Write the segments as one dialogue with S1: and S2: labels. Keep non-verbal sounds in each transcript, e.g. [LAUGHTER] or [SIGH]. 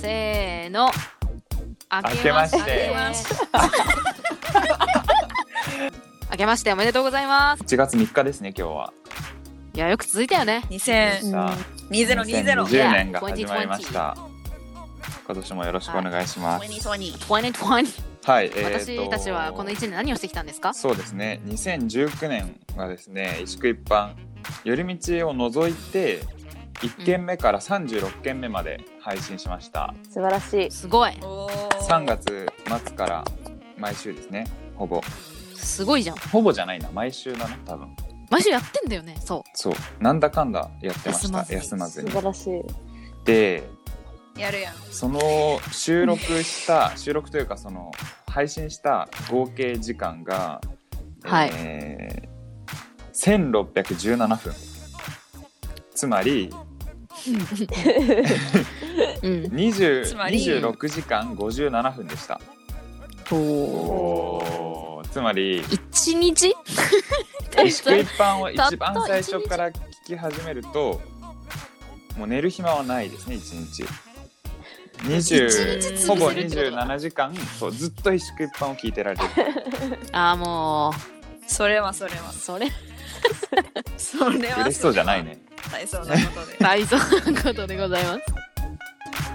S1: せーの。あ
S2: 明けまして
S1: けまして。明けましておめでとうございます。
S2: 1月3日ですね、今日は。
S1: いや、よく続いたよね。
S3: 2020
S2: さあ
S1: 2020
S2: 2020年が始まりました。今年もよろしくお願いします。
S1: 2020。
S2: はい、えーと
S1: 私たちはこの1年何をしてきたんですか
S2: そうですね、2019年はですね、一宿一般、寄り道を除いて、1件目から36件目まで配信しました。
S4: 素晴らしい。
S1: すごい。
S2: 3月末から毎週ですね、ほぼ。
S1: すごいじゃん。
S2: ほぼじゃないな、毎週だね、多分。
S1: 毎週やってんだよね。そ
S2: そう、なんだかんだやってまし
S1: 休
S2: た、
S1: まずに
S2: 休まず
S4: 素
S2: に。
S4: 晴らしい。
S2: で、
S3: やるやん
S2: その収録した収録というかその配信した合計時間が、
S1: はい
S2: えー、1617分つまり
S1: う。うん。
S2: 20
S3: つまり
S2: 26時間57分でしたおーつまり
S1: 1日
S2: 一宿一般を
S1: たった
S2: 一番最初から聞き始めるともう寝る暇はないですね一日
S1: 一日
S2: 20
S1: 潰せる
S2: ほぼ
S1: ってことだ
S2: 27時間そうずっと一宿一般を聞いてられる
S1: ああ、も
S3: それはそれは
S1: う、それ、
S3: それは
S2: 嬉しそうじゃないね
S3: 大層なこと
S2: [LAUGHS]
S3: で
S1: 大層なことでございます。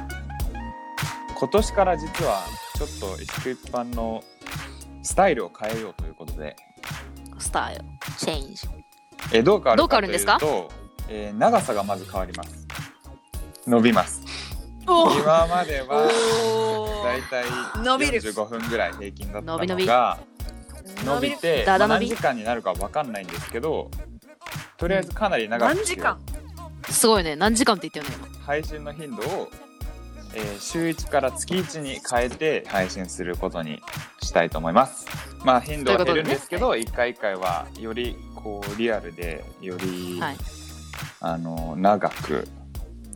S2: 今年から実はちょっと一宿一般のスタイルを変えようということで、
S1: スタイル、チェンジ。
S2: えーどう変わ
S1: どう変
S2: る
S1: わ
S2: か
S1: る
S2: と
S1: ん
S2: い
S1: で
S2: う
S1: すか
S2: と、えー長さがまず変わります。伸びます。
S1: おー
S2: 今までは
S3: お
S2: だいたい
S3: 伸びる
S2: 45分ぐらい平均だったのが
S1: 伸び伸び
S2: 伸びて
S1: だだ
S2: まあ
S1: 伸び
S2: 何時間になるかわかんないんですけど、とりあえずかなり長く
S3: 何時間
S1: すごいね。何時間って言ったよね。
S2: 配信の頻度を、えー週1から月1に変えて配信することにしたいと思いますまあ頻度は減るんですけど一回一回はよりこうリアルでより、
S1: はい
S2: あの長く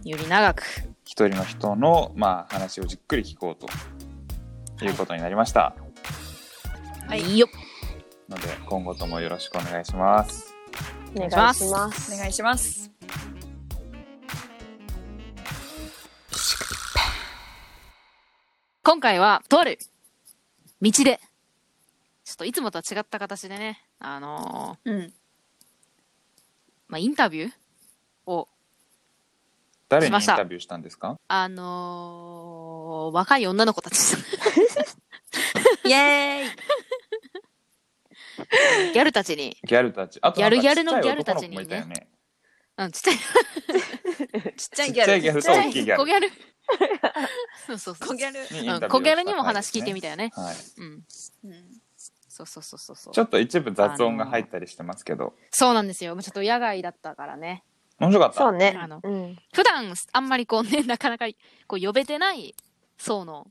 S1: 今より長く。
S2: 一人の人の、まあ、話をじっくり聞こうということになりました、
S3: はい
S1: いよ
S2: ので今後ともよろしくお願いします
S4: お願い
S1: します
S4: しま
S3: お
S4: す。
S3: 願いします
S1: 今回は、とある道で、ちょっといつもとは違った形でね、あのー
S3: うん
S1: まあ、インタビューを、
S2: 誰
S1: し
S2: にイ
S1: ま
S2: ン
S1: した
S2: タビューしたんですか
S1: あのー若い女の子たち、
S3: [LAUGHS] イエーイ
S1: [LAUGHS] ギャルたちに、
S2: ギャルたちあとなんか
S1: ギャルギャルの
S2: ちっちゃ
S1: ギ
S2: い
S1: ャルたちにね
S2: 男の子もいたよね
S1: うん、ちっちゃい、
S3: ちっちゃ
S2: ち
S3: い
S2: っ
S3: ギ
S2: ちゃいギ
S3: ャ
S2: ャ
S3: ルちっ
S2: ルと
S3: ちゃ
S2: 大
S3: い
S2: きいギャ
S1: 小
S2: ル
S1: ギャ
S3: [LAUGHS]
S1: ル。そうそうそ
S3: 小
S1: う。
S3: ギャル
S2: にイン
S1: う
S2: タ
S1: ん、
S2: ビューをした
S1: 小ギャルにも話聞いてみたよね。
S2: はい
S1: うん。
S3: うん
S1: そうそうそうそうそう。
S2: ちょっと一部雑音が入ったりしてますけど、
S1: そうなんですよ。まあちょっと野外だったからね。
S2: 面白かった。
S4: そうね
S1: あの。
S4: うん。
S1: 普段あんまりこうね、 [LAUGHS] なかなかこう呼べてない層の、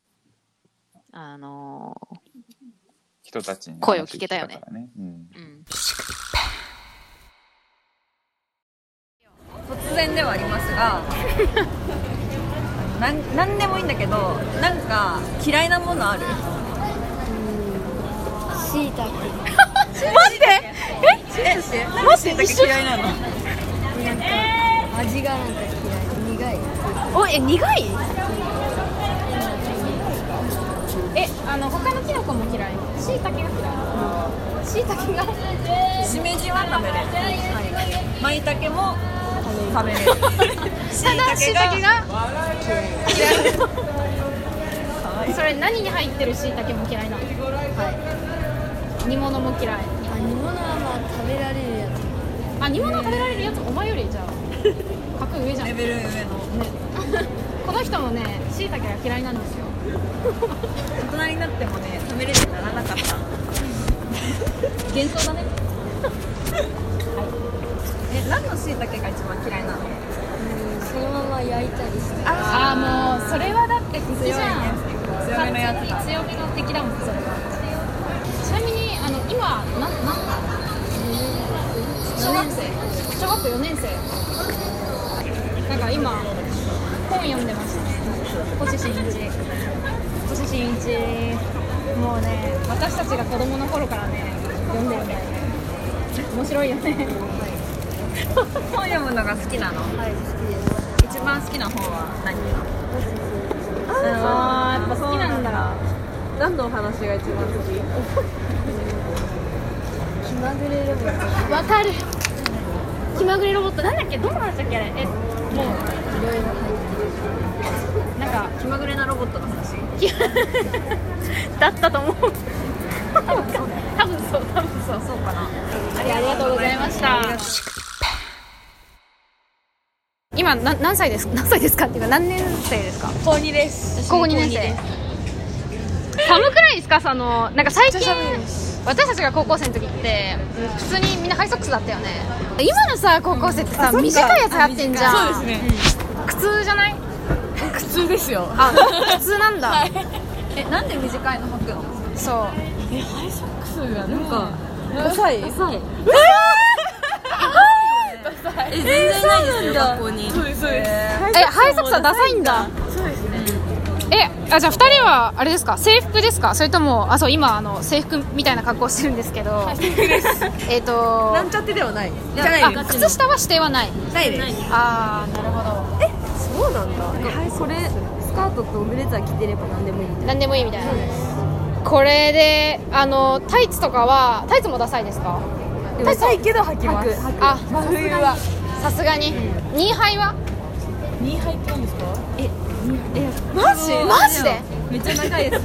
S1: あの
S2: 人たちに
S1: 声を聞けたよね
S2: 話からね。うん
S1: ーうん。
S3: 突然ではありますが [LAUGHS] なんなんでもいいんだけどなんか嫌いなものある
S5: しい
S3: [LAUGHS]
S5: たけ
S3: 待ってええ待って嫌いなの
S5: 味がなんか嫌い苦い
S3: おえ苦い
S5: えあの他のキノコも嫌いしいたけが嫌いしいたけが
S3: しめじは食べれるまいたけも食べれる
S4: [LAUGHS]
S3: しいた
S5: し
S3: け
S5: いたけ
S3: が
S5: が嫌いそれ何に入ってるしいたけも嫌いなのはい煮物も嫌い
S6: あ煮物はまあ食べられるやつ
S5: あ煮物食べられるやつお前よりじゃあ格上じゃん
S3: レベル上の
S5: この人もねしいたけが嫌いなんですよ
S3: 大人になってもね食べれるようにならなかった
S5: 幻想だね
S3: [LAUGHS] え何のしいたけが一番嫌いなの
S6: そのまま焼いたりして
S5: ああもうそれはだって好きじゃん
S3: 強めのやつだ
S5: 強めの敵だもんそれはちなみにあの今なんなん小学生小学校4年生なんか今本読んでました星新一星新一もうね私たちが子供の頃からね読んでるんだよね面白いよね
S3: 本読むのが好きなの
S6: はい好きです
S3: 一番好きな本は何
S5: あーやっぱ好きなんだ
S4: 何のお話が一番好き
S6: 気まぐれロボッ
S5: わかる気まぐれロボットなんだっけどんな話だっけあれえもう
S6: トいろいろ入って
S5: なんか
S3: 気まぐれなロボットの話
S5: 気 [LAUGHS] だったと思う多分そう多分そうそうかなありがとうございました今な何歳です何歳ですかっていうか何年生ですか
S4: 高2です
S5: 高校2年生寒くないですかそのなんか最近私たちが高校生の時って普通にみんなハイソックスだったよね今のさ高校生ってさ、短いやつ流行ってんじゃん
S4: そうですね
S5: 苦痛じゃない
S4: 苦痛ですよ
S5: あ苦痛なんだ、
S3: えなんで短いの履くの
S5: そう
S4: そうだなんかダ
S3: [LAUGHS]
S4: サいダサい
S3: え全然ないですよ学校に
S4: そうですそうです
S5: えハイソックスはダサいんだそうですねえあじゃあ2人はあれですか制服ですかそれともあそう今あの制服みたいな格好してるんですけどえっと
S4: なんちゃってではないじゃないで
S5: あ
S4: す
S5: 靴下は指定はない
S4: ないです
S5: ああなるほど
S4: そうなんだはいそれスカートとブレザー着てれば何でもいい
S5: 何でもいいみたいなこれであのタイツとかはタイツもダサいですか
S4: ダサいけど履きます
S5: あ
S4: 真冬は
S5: さすがにニーハイは
S4: 2杯ってんですか
S5: マジマジで
S4: めっちゃ
S3: [LAUGHS]
S4: 長いです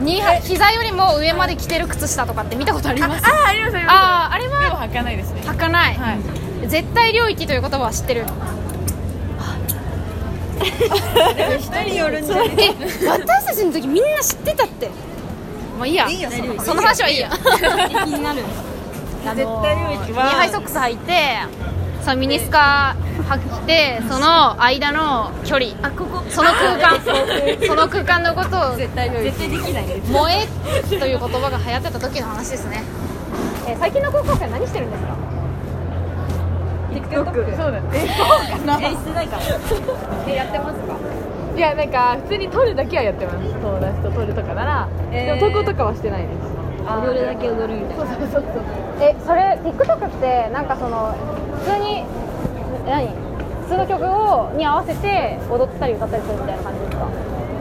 S5: ニーハイ膝よりも上まで着てる靴下とかって見たことありますあ
S4: あありますありま
S5: あーあれは
S4: す履かないですね
S5: 履かない、
S4: はい
S5: 絶対領域という言葉は知ってる
S4: 人によるんじゃない
S5: え私たちの時みんな知ってたってもういいや
S4: いいよ
S5: その話はいいや
S4: 気になる絶対領域
S5: ニーハイソ
S4: は
S5: ックス履いてそのミニスカ履いてその間の距離その空 [LAUGHS] 間その空間のことを
S4: 絶対領域絶対できない
S5: 「萌え」という言葉が流行ってた時の話ですね、え最近の高校生は何してるんですか TikTok そうだね
S4: えしてないから
S5: えやってますか
S7: いやなんか普通に撮るだけはやってます友達と撮るとかなら、でも投稿とかはしてないです
S4: 踊るだけ踊るみたいな
S5: えそれ TikTok ってなんかその普通に何普通の曲をに合わせて踊ったり歌ったりするみたいな感じですか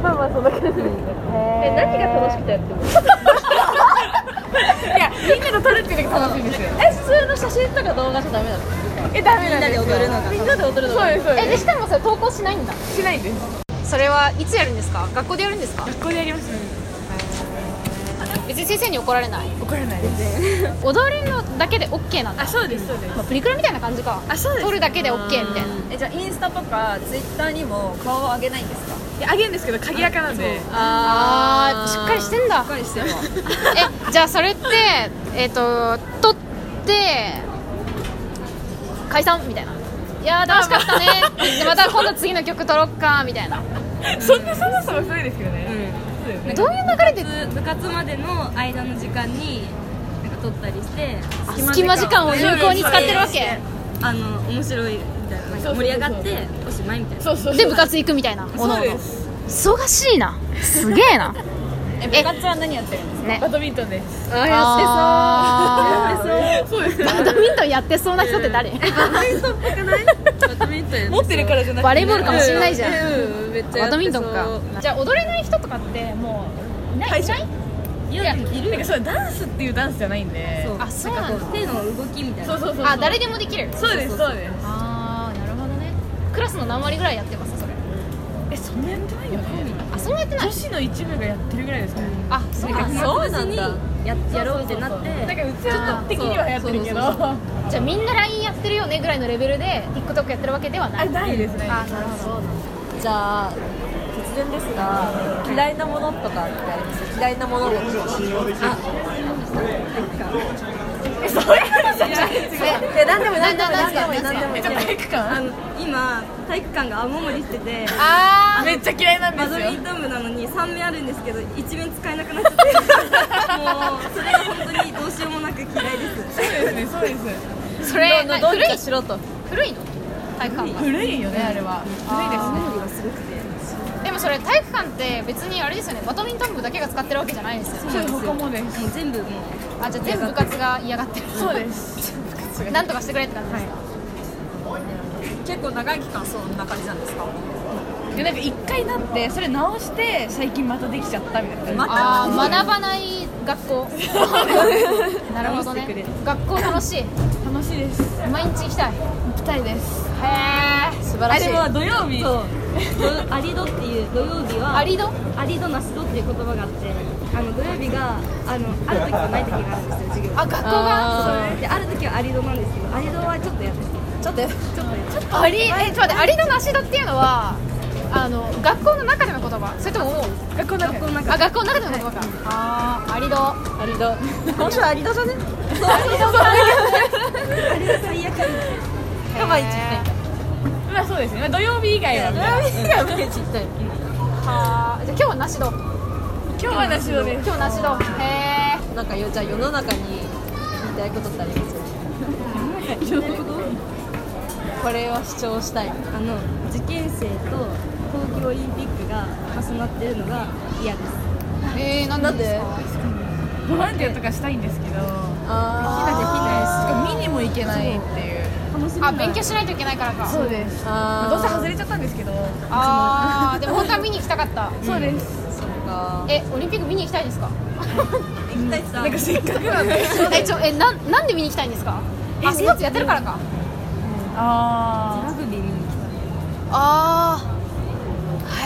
S7: まあまあそんな感じです
S5: え何が楽しくて
S7: やってますいやみんなと撮るっていうのが楽しいんですよ
S4: え普通の写真とか動画じゃダメなの
S7: えダメなんですよ
S4: みんなで踊るのが
S7: みんなで踊るのそうですそう
S5: え
S7: で
S5: でしかもそれ投稿しないんだ
S7: すしないです
S5: それはいつやるんですか学校でやるんですか
S7: 学校でやります
S5: 別に先生に怒られない
S7: 怒らないです
S5: [LAUGHS] 踊るのだけで OK なんだ
S7: あそうですそうです
S5: まあプリクラみたいな感じかあそうです撮るだけで OK みたいな
S3: えじゃあインスタとかツイッターにも顔を上げないんですか
S7: いやあげるんですけど鍵垢なんで
S5: あーしっかりしてんだしっかりしてえじゃあそれってえっ、と撮って解散みたいないやー楽しかったねでまた今度次の曲撮ろっかみたいな
S7: そんなそもそもそうですけどね
S5: どういう流れで
S8: 部活までの間の時間になんか撮ったりして
S5: あ隙間時間を有効に使ってるわけ
S8: あの面白いみたいななんか盛り上がっておしまいみたいな
S7: そうそう
S5: で部活行くみたいなおの
S7: そう
S5: おの
S7: です
S5: 忙しいなすげえな
S3: え部活は何やってるんですか
S5: ね
S7: バドミントンです
S5: あやってそう
S7: そうです
S5: バドミントンやってそうな人って誰
S7: 持ってるからじゃなくて
S5: バレーボールかもしんないじゃん
S4: うんうんめっちゃやってそ
S5: バ
S4: う
S5: ドミントンかじゃあ踊れない人とかってもういないいない
S7: なんかそうダンスっていうダンスじゃないんで
S8: そう
S5: あそうなんだ
S8: 手の動きみたい
S7: そ
S8: な
S7: うそうそう
S5: あ誰でもできる
S7: そうですそうです
S5: ああなるほどねクラスの何割ぐらいやってますそれ
S7: えそんなやってないよね
S5: あそんなやってない
S7: 女子の一部がやってるぐらいですかね
S5: あそうなんだ
S4: そうなんだ
S8: ややろうってなって
S7: なんかうちは的にはやってるけどあ
S5: じゃあみんな LINE やってるよねぐらいのレベルで TikTok やってるわけではない
S7: ないですね
S5: あなるほど
S4: じゃあ突然ですが嫌いなものとかってあります嫌いなものとかえ何でも何でも何でも何でも
S7: なんか体育
S8: あ
S7: 館
S8: の今体育館が雨漏りしてて
S5: あ
S7: めっちゃ嫌いなんで
S8: バド
S7: す
S8: ミン
S7: よ
S8: トン部なのに3面あるんですけど1面使えなくなっちゃって
S7: [LAUGHS]
S8: もうそれが本当にどうしようもなく嫌いです
S7: そうですねそうです
S5: あそれな古い
S4: しろと
S5: 古いの体育館が
S7: 古いよねあれは古いですね
S5: でもそれ体育館って別にあれですよねバドミントン部だけが使ってるわけじゃないですよね
S7: そうです他もです
S8: もう全部もう
S5: あじゃあ全部部活が嫌がって
S7: そうです
S5: るなんとかしてくれって感じですか
S3: 結構長い期間そんな感じなんですか
S5: でなんか一回なってそれ直して最近またできちゃったみたいな
S3: ま
S5: ああ学ばない学校なるほどね学校楽しい
S8: 楽しいです
S5: 毎日行きたい
S6: 行きたいです
S5: へえ素晴ら
S8: あ
S5: しい
S8: でも土曜日
S5: そう
S8: どアリドっていう土曜日は
S5: アリド
S8: アリドナスドっていう言葉があってあの土曜日があのある時とない時があるんですよ授業
S5: あ学校が
S8: そうである時はアリドなんですけどアリドはちょっとやって
S4: ちょっと
S5: アリえちょっと待ってアリのナシドっていうのはあの学校の中での言葉それとも学校の中であ学校の中での言葉か、ああアリドアリド
S4: 今週はアリドじゃね [LAUGHS]
S8: 最悪
S5: カバー一
S7: まあそうですね、まあ、土曜日以外は
S5: はあじゃあ今日はナシド
S7: 今日はなしのね
S5: 今日ナシドへえ
S4: なんかよじゃあ世の中に言いたいことってありますよねこれは主張したい
S8: あの受験生と冬季オリンピックが重なってるのが嫌です
S5: えー、なんでですか
S7: ボランティアとかしたいんですけどし
S4: あ
S7: かも見にも行けないっていう
S8: 楽しみ
S5: あ勉強しないといけないからか
S7: そうです
S4: ー
S7: まあ
S4: あ
S7: どうせ外れちゃったんですけど
S5: あ
S7: [LAUGHS]
S5: ーでも本当は見に行きたかった
S7: そうです
S5: えオリンピック見に行きたいですか
S7: なんかせっかくなんで
S5: えちょえなんなんで見に行きたいんですかあスポーツやってるからか
S7: ああ
S5: ああ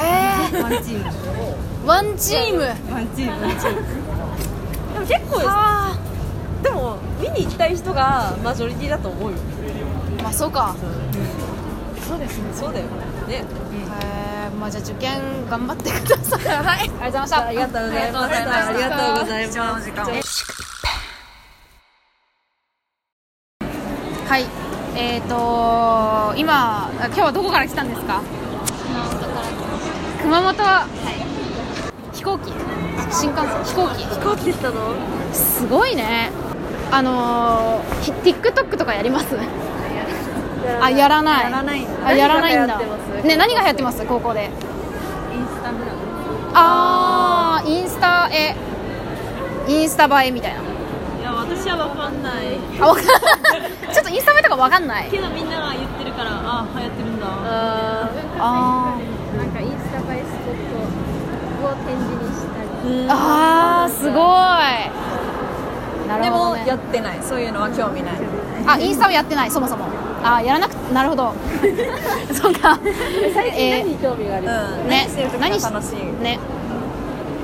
S5: へえ
S8: ワンチーム
S5: ワンチーム
S8: ワンチームワンチーム
S4: でも結構
S5: あ
S4: でも見に行きたい人がマジョリティだと思うよ
S5: あまあそうか
S4: そうだよね
S5: へえまあじゃあ受験頑張ってくださいはいありがとうございました
S4: ありがとうございましたありがとうございます
S3: の時間
S5: [LAUGHS] はいえっ、ー、と今あ今日はどこから来たんですか熊本から熊本、飛行機新幹線飛行機
S4: 飛行機でしたの
S5: すごいねあのー、ひ TikTok とかやりますあやらないやらないあやらないんだね何が流行ってます高校でインスタグラムああインスタえインスタ映えみたいない
S8: や私は分かんない
S5: あわかん [LAUGHS] ちょっとインスタ映えとかわかんない
S8: けどみんなが言ってるからあ流行ってるんだ
S5: あ
S6: なんかインスタ映えスポットを展示にしたり
S5: ーあーすごいなる
S4: で
S5: ほど、
S4: も
S5: ね、
S4: やってないそういうのは興味ない
S5: あインスタをやってないそもそもあーやらなくなるほど [LAUGHS] そうか最近何
S4: うん何
S5: ね
S4: してる時が
S5: 何し
S4: 楽しい
S5: ね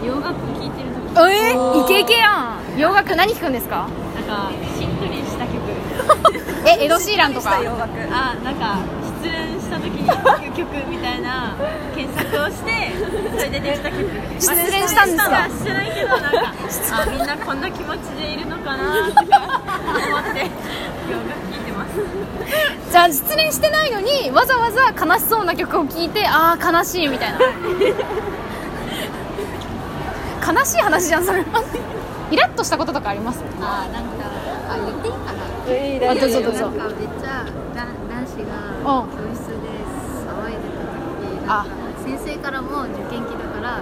S8: 洋楽聴いてる時
S5: え
S4: おー
S5: イケイケやん洋楽何聴くんですか
S8: なんかしっとりした曲
S5: [LAUGHS] えエド・シーランとか
S4: 洋楽
S8: あなんか失恋した時に聴く曲みたいな検索をしてそれでできた曲
S5: 失恋したんですか
S8: 失恋してないけどなんかあみんなこんな気持ちでいるのかなとか思って洋楽聴いてます
S5: じゃあ失恋してないのにわざわざ悲しそうな曲を聴いてああ悲しいみたいな [LAUGHS] 悲しい話じゃんそれはイラッとしたこととかあります
S6: あなんかあ言っていいかな
S5: あどうぞどうぞ
S6: なんかめっちゃだ男子が
S5: うん
S6: 教室で騒いでた時に
S5: あ
S6: なんか先生からも受験期だから
S5: はい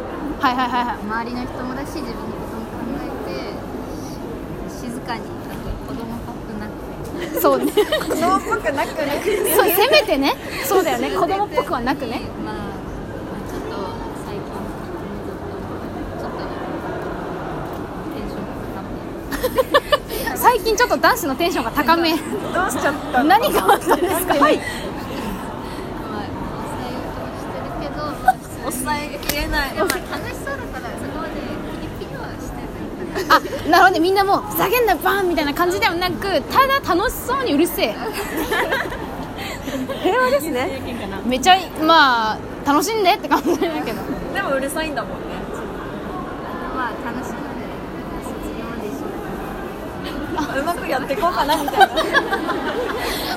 S5: はいはいはい
S6: 周りの人もだし自分のことも考えて静かになんか子供っぽくなく
S5: そうね子供っぽくなくねそうせめてねそうだよね子供っぽくはなくね
S6: まあちょっと最近ずっとちょっとテンションが高め
S5: 最近ちょっと男子のテンションが高めどうしちゃった何があったんですかはい
S6: まあ抑えようとはしてるけど、まあ、抑えきれない。楽しそうだから、そこまで切り切りはしてないか
S5: あ
S6: な。
S5: なるほどねみんなもうふざけんなバーンみたいな感じではなくただ楽しそうにうるせ [LAUGHS] え
S4: 平和ですね
S5: めちゃいまあ楽しんでって感じだけど
S4: でもうるさいんだもんね
S6: まあ、楽しんで、卒業まで一緒だか
S4: うまくやっていこうかなみたいな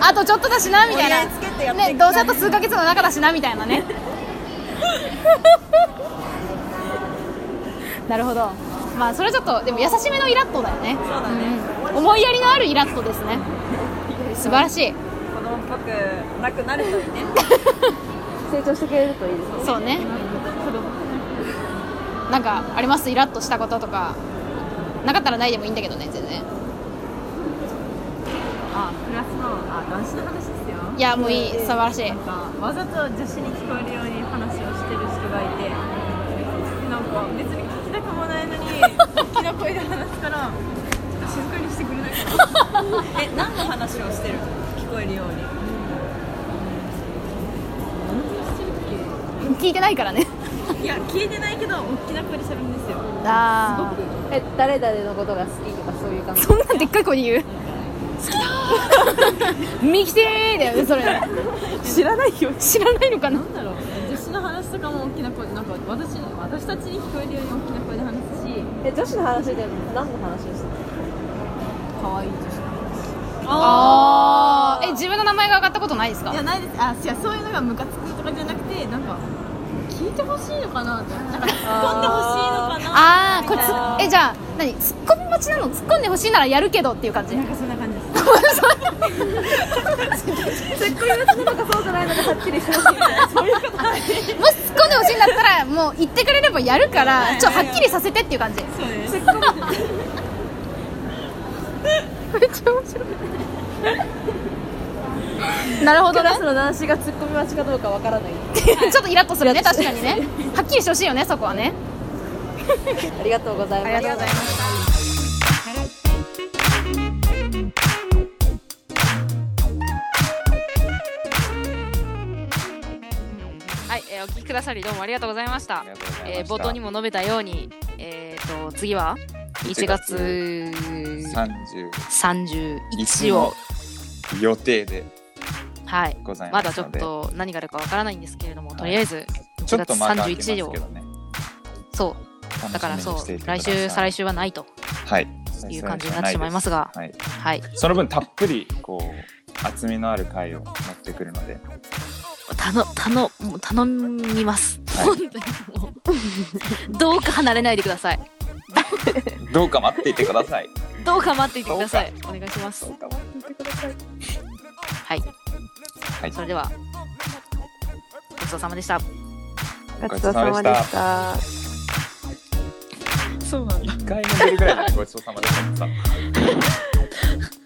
S5: あとちょっとだしなみたい
S4: 折り
S5: な
S4: 合いつけてやってい
S5: ねどうせあと数ヶ月の中だしなみたいなね [LAUGHS] なるほどまあそれはちょっとでも優しめのイラッとだよねそうだね、ん思いやりのあるイラッとですね素晴らしい
S4: 子供っぽくなくなるといいね
S5: そうねなんかありますイラッとしたこととかなかったらないでもいいんだけどね全然
S8: あクラスのあ男子の話ですよ
S5: いやもういい素晴らしい
S8: なんかわざと女子に聞こえるように話をしてしてる人がいてなんか別に聞きたくもないのに
S4: [LAUGHS]
S8: 大きな声で話すからちょっと静かにしてくれないか
S4: [LAUGHS]
S8: なえ何の話をしてる聞こえるように
S5: 聞いてないからね
S8: いや聞いてないけど大きな声で喋るんですよ
S5: あ
S4: え誰々のことが好きとかそういう感じ
S5: あそんなんでっかい子に言う好きだー [LAUGHS] ミキテーだよねそれ
S4: 知らないよ
S5: 知らないのかな
S8: なんだろう女子の話とかも大きな声なんか私私たちに聞こえるように大きな声で話すし
S4: え女子の話で何の話をしてる
S8: 可愛い女子
S5: あーえ自分の名前が上がったことないですか
S8: いやないですあいやそういうのがムカつくとかじゃなくてなんか聞いてほしいのかなってなんか突っ込んでほしいのかな
S5: ああこれつえじゃあ何突っ込み待ちなの突っ込んでほしいならやるけどっていう感じ
S8: なんかそんな感じです
S5: もし突っ込んでほしいんだったらもう言ってくれればやるからちょっとはっきりさせてっていう感じ
S8: そうです
S5: なるほどね
S4: の男子がツッコミ待ちかどうかわからない
S5: [LAUGHS] ちょっとイラッとするね確かにねはっきりしてほしいよねそこはね
S4: ありがとうございます
S5: ざいます
S1: はい、えーお聞きくださりどうもありがとうございました
S2: ありがとうございました
S1: えー冒頭にも述べたように、えー、と次は1月31
S2: 31
S1: を
S2: を、予定で
S1: はい、
S2: ござい
S1: ま
S2: ま
S1: だ
S2: す
S1: ちょっ
S2: ので
S1: と何があるかわからないんですけれども、とりあえず
S2: ち
S1: 1
S2: ょっ
S1: 月
S2: とまだ開けます
S1: 31日
S2: けど
S1: を、
S2: ね
S1: そう、だから
S2: 楽
S1: そ、
S2: しみにしていうてくだ
S1: 来
S2: さい
S1: 週、再来週はないと
S2: はい
S1: いう感じになってしまいますが、
S2: はい、
S1: はい、
S2: その分たっぷりこう厚みのある回を持ってくるので
S1: [LAUGHS] 頼、頼、もう頼みます。
S2: はい
S1: 本当にもう [LAUGHS] どうか離れないでください。
S2: どうか待っていてください
S1: どうか待っていてください。お願いします。はい、
S2: はい
S1: それでは、ごちそうさまでした。
S2: お
S4: ご
S2: 疲
S4: ち
S2: れ
S4: そうさま
S2: 様
S4: で
S2: で
S4: し
S2: した一回目ぐらいだねごちそうさまでした